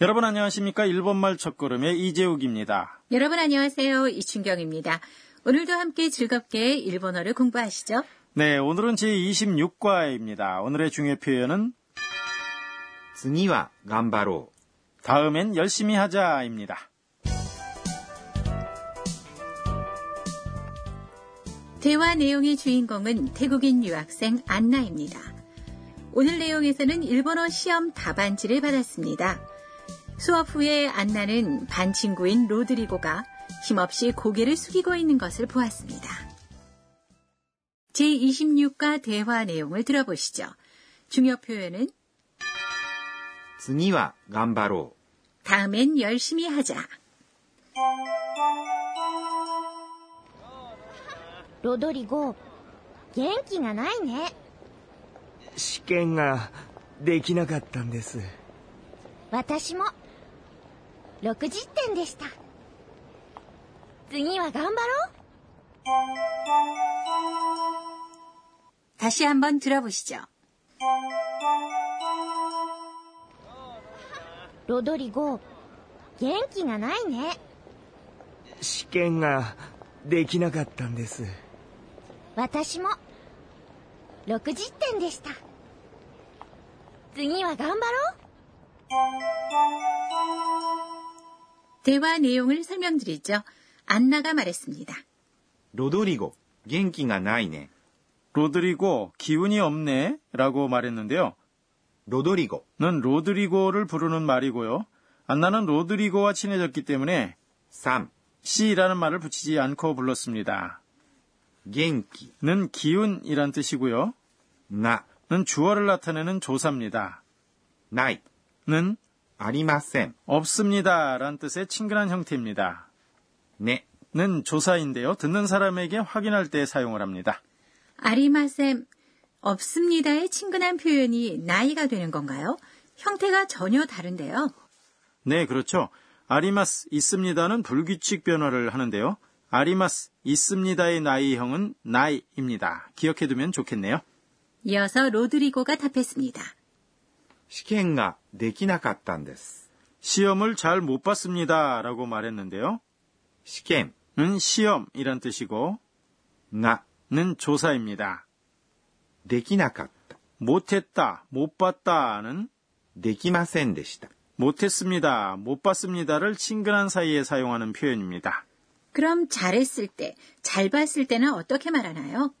여러분 안녕하십니까? 일본말 첫걸음의 이재욱입니다. 여러분 안녕하세요. 이춘경입니다. 오늘도 함께 즐겁게 일본어를 공부하시죠. 네, 오늘은 제26과입니다. 오늘의 중요 표현은 次は頑張ろ 다음엔 열심히 하자입니다. 대화 내용의 주인공은 태국인 유학생 안나입니다. 오늘 내용에서는 일본어 시험 답안지를 받았습니다. 수업 후에 안나는 반 친구인 로드리고가 힘없이 고개를 숙이고 있는 것을 보았습니다. 제26과 대화 내용을 들어보시죠. 중요 표현은 う。次は頑張ろ 다음엔 열심히 하자. ロドリゴ元気がないね試験ができなかったんです私も60点でした次は頑張ろ 다시 한번 들어보시죠. うロドリゴ元気がないね試験ができなかったんです私も60点でした次は頑張ろ 대화 내용을 설명드리죠. 안나가 말했습니다. う。ロドリゴ、元気がないね。 로드리고 기운이 없네 라고 말했는데요. ロドリゴ、 는 로드리고를 부르는 말이고요. 안나는 로드리고와 친해졌기 때문에 3、 씨라는 말을 붙이지 않고 불렀습니다. 元気、 는 기운이란 뜻이고요. な、 는 주어를 나타내는 조사입니다. ない、 는 ありません、 없습니다란 뜻의 친근한 형태입니다. ね。 는 조사인데요. 듣는 사람에게 확인할 때 사용을 합니다. 아리마셈, 없습니다의 친근한 표현이 나이가 되는 건가요? 형태가 전혀 다른데요. 네, 그렇죠. 아리마스 있습니다는 불규칙 변화를 하는데요. 아리마스 있습니다의 나이형은 나이입니다. 기억해두면 좋겠네요. 이어서 로드리고가 답했습니다. 試験ができなかったんです。 시험을 잘 못 봤습니다라고 말했는데요. 試験 는 시험이란 뜻이고 が 는 조사입니다. できなかった。 못했다, 못 봤다는 できませんでした。 못했습니다, 못 봤습니다를 친근한 사이에 사용하는 표현입니다. 그럼 잘했을 때, 잘 봤을 때는 어떻게 말하나요?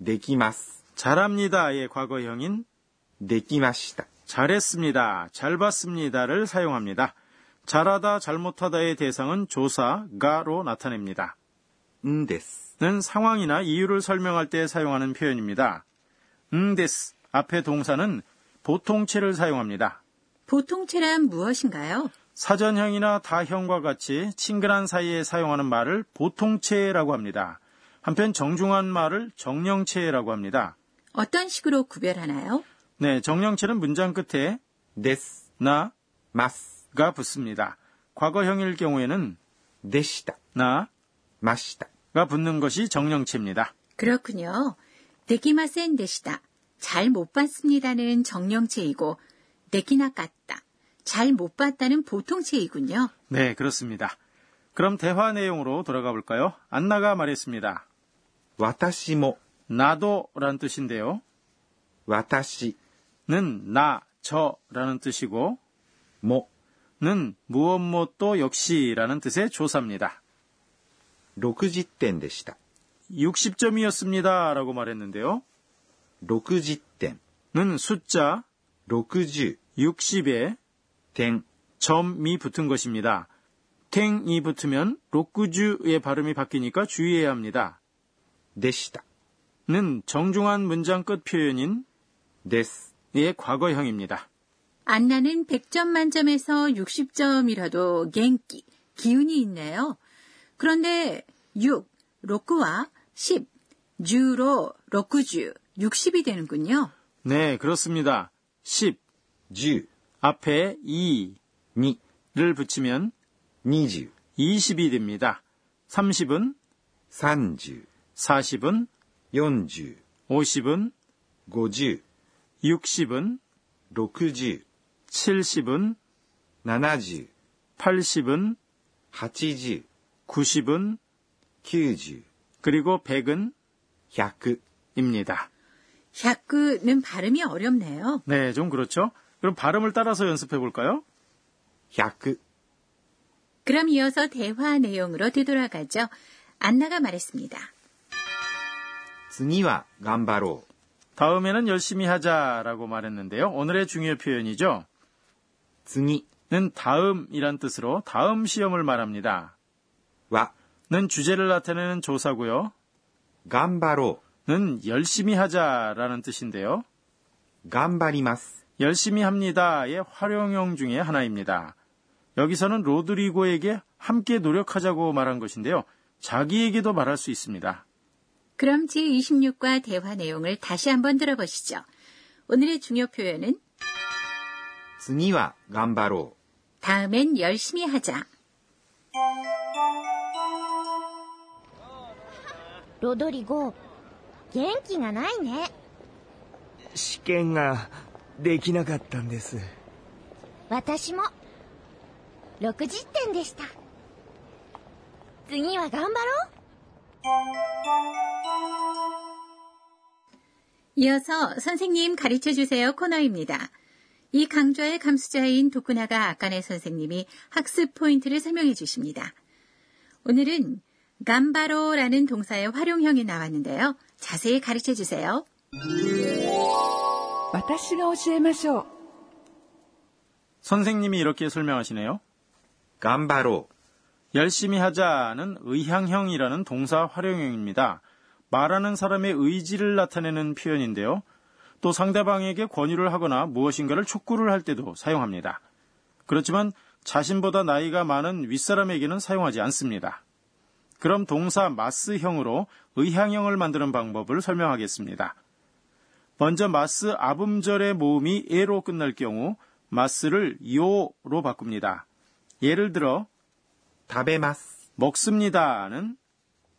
できます。 잘합니다의 과거형인 できました。 잘했습니다, 잘 봤습니다를 사용합니다. 잘하다, 잘못하다의 대상은 조사, 가로 나타냅니다. んです。 는 상황이나 이유를 설명할 때 사용하는 표현입니다. 응데스 앞에 동사는 보통체를 사용합니다. 보통체란 무엇인가요? 사전형이나 다형과 같이 친근한 사이에 사용하는 말을 보통체라고 합니다. 한편 정중한 말을 정령체라고 합니다. 어떤 식으로 구별하나요? 네, 정령체는 문장 끝에 です。 나가 ます。 붙습니다. 과거형일 경우에는 でした。 나가 ました。 붙는 것이 정령체입니다. 그렇군요. 데키마센 데시다. 잘 못 봤습니다는 정령체이고, 데키나 깠다. 잘 못 봤다는 보통체이군요. 네, 그렇습니다. 그럼 대화 내용으로 돌아가 볼까요? 안나가 말했습니다. 私も、 나도란 뜻인데요. 私 는 나, 저라는 뜻이고 も、 는 무엇 무엇도 역시라는 뜻의 조사입니다. 60点でした。 60점이었습니다. 라고 말했는데요. 60点、 는 숫자 60 60에 点、 점이 붙은 것입니다. 탱이 붙으면 로쿠주의 발음이 바뀌니까 주의해야 합니다. でした。 는 정중한 문장 끝 표현인 です。 의 과거형입니다. 안나는 100점 만점에서 60점이라도 갱기, 기운이 있네요. 그런데 6, 로쿠와 10, 주로 로쿠주, 60이 되는군요. 네, 그렇습니다. 10 10、 앞에 2를 2、 붙이면 20、 20이 됩니다. 30은 30、 40은 40、 50은 50、 60은 60、 70은 70、 80은, 80、 90은, 90、 그리고 100은 100。 입니다. 100는 발음이 어렵네요. 네, 좀 그렇죠? 그럼 발음을 따라서 연습해 볼까요? 100。 그럼 이어서 대화 내용으로 되돌아가죠. 안나가 말했습니다. 次は頑張ろう。 다음에는 열심히 하자라고 말했는데요. 오늘의 중요 표현이죠. 次 는 다음이란 뜻으로 다음 시험을 말합니다. は 는 주제를 나타내는 조사고요. 頑張ろ 는 열심히 하자라는 뜻인데요. う。頑張ります。 열심히 합니다의 활용형 중에 하나입니다. 여기서는 로드리고에게 함께 노력하자고 말한 것인데요. 자기에게도 말할 수 있습니다. 그럼 제26과 대화 내용을 다시 한번 들어보시죠. 오늘의 중요 표현은 次は頑張ろ 다음엔 열심히 하자. ロドリゴ元気がないね試験ができなかったんです私も60点でした次は頑張ろう 이어서 선생님 가르쳐 주세요 코너입니다. 이 강좌의 감수자인 도쿠나가 아까네 선생님이 학습 포인트를 설명해 주십니다. 오늘은 감바로라는 동사의 활용형이 나왔는데요. 자세히 가르쳐 주세요. 私が教えましょう 선생님이 이렇게 설명하시네요. う。頑張ろ 열심히 하자는 의향형이라는 동사 활용형입니다. 말하는 사람의 의지를 나타내는 표현인데요. 또 상대방에게 권유를 하거나 무엇인가를 촉구를 할 때도 사용합니다. 그렇지만 자신보다 나이가 많은 윗사람에게는 사용하지 않습니다. 그럼 동사 마스형으로 의향형을 만드는 방법을 설명하겠습니다. 먼저 마스 아음절의 모음이 에로 끝날 경우 마스를 요로 바꿉니다. 예를 들어 う。食べます。 먹습니다는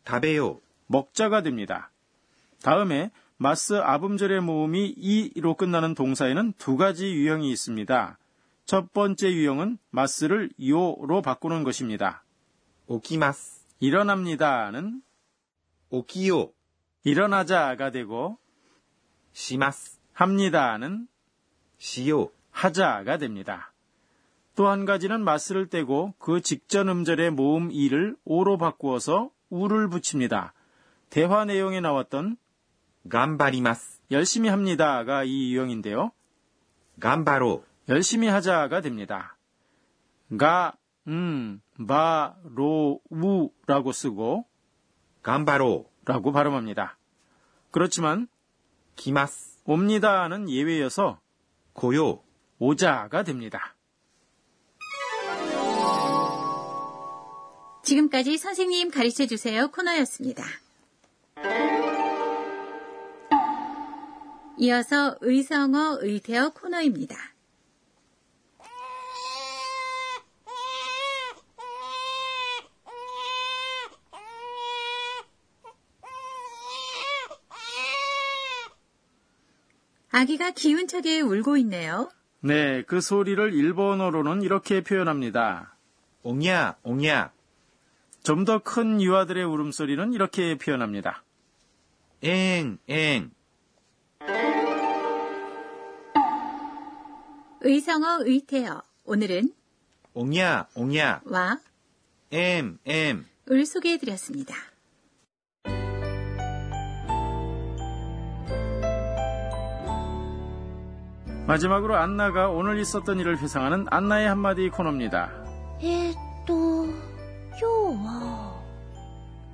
食べよ 먹자가 됩니다. 다음에 마스 아음절의 모음이 이로 끝나는 동사에는 두 가지 유형이 있습니다. 첫 번째 유형은 마스를 요로 바꾸는 것입니다. う。起きます。 일어납니다는 起きよう。 일어나자가 되고 します。 합니다는 しよう。 하자가 됩니다. 또 한 가지는 마스를 떼고 그 직전 음절의 모음 이를 오로 바꾸어서 우를 붙입니다. 대화 내용에 나왔던 頑張ります。 열심히 합니다가 이 유형인데요. 頑張ろ 열심히 하자가 됩니다. 가, 음, 바, 로, 우 라고 쓰고 う。頑張ろう。 라고 발음합니다. 그렇지만 来ます。 옵니다는 예외여서 来よ 오자가 됩니다. 지금까지 선생님 가르쳐 주세요 코너였습니다. 이어서 의성어 의태어 코너입니다. 아기가 기운차게 울고 있네요. 네, 그 소리를 일본어로는 이렇게 표현합니다. う。おにゃーおにゃ 좀 더 큰 유아들의 울음소리는 이렇게 표현합니다. ー。えーんえーん。 의성어 의태어 오늘은 おにゃーおにゃー。 와 えーんえーん。 을 소개해드렸습니다. 마지막으로 안나가 오늘 있었던 일을 회상하는 안나의 한마디 코너입니다. えー、っと今日は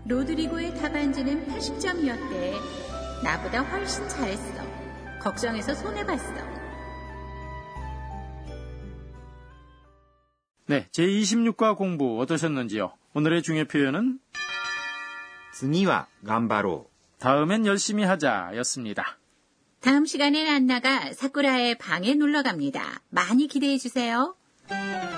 로드리고의 답안지는 80점이었대. 나보다 훨씬 잘했어. 걱정해서 손해봤어. 네, 제26과 공부 어떠셨는지요? 오늘의 중요 표현은 次は頑張ろ 다음엔 열심히 하자였습니다. 다음 시간엔 안나가 사쿠라의 방에 놀러 갑니다. 많이 기대해 주세요. う。